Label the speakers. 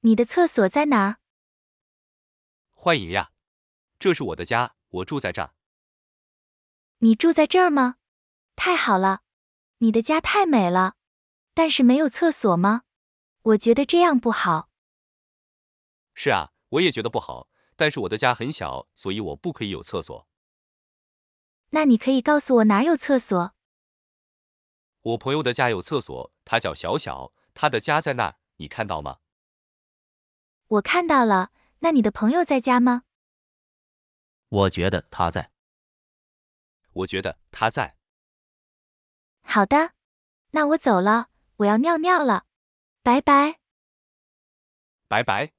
Speaker 1: 你的厕所在哪儿？
Speaker 2: 欢迎呀，这是我的家，我住在这儿。
Speaker 1: 你住在这儿吗？太好了，你的家太美了，但是没有厕所吗？我觉得这样不好。
Speaker 2: 是啊，我也觉得不好，但是我的家很小，所以我不可以有厕所。
Speaker 1: 那你可以告诉我哪有厕所？
Speaker 2: 我朋友的家有厕所，他叫小小，他的家在那儿，你看到吗？
Speaker 1: 我看到了。那你的朋友在家吗？
Speaker 3: 我觉得他在。
Speaker 2: 我觉得他在。
Speaker 1: 好的，那我走了，我要尿尿了，拜拜。
Speaker 2: 拜拜。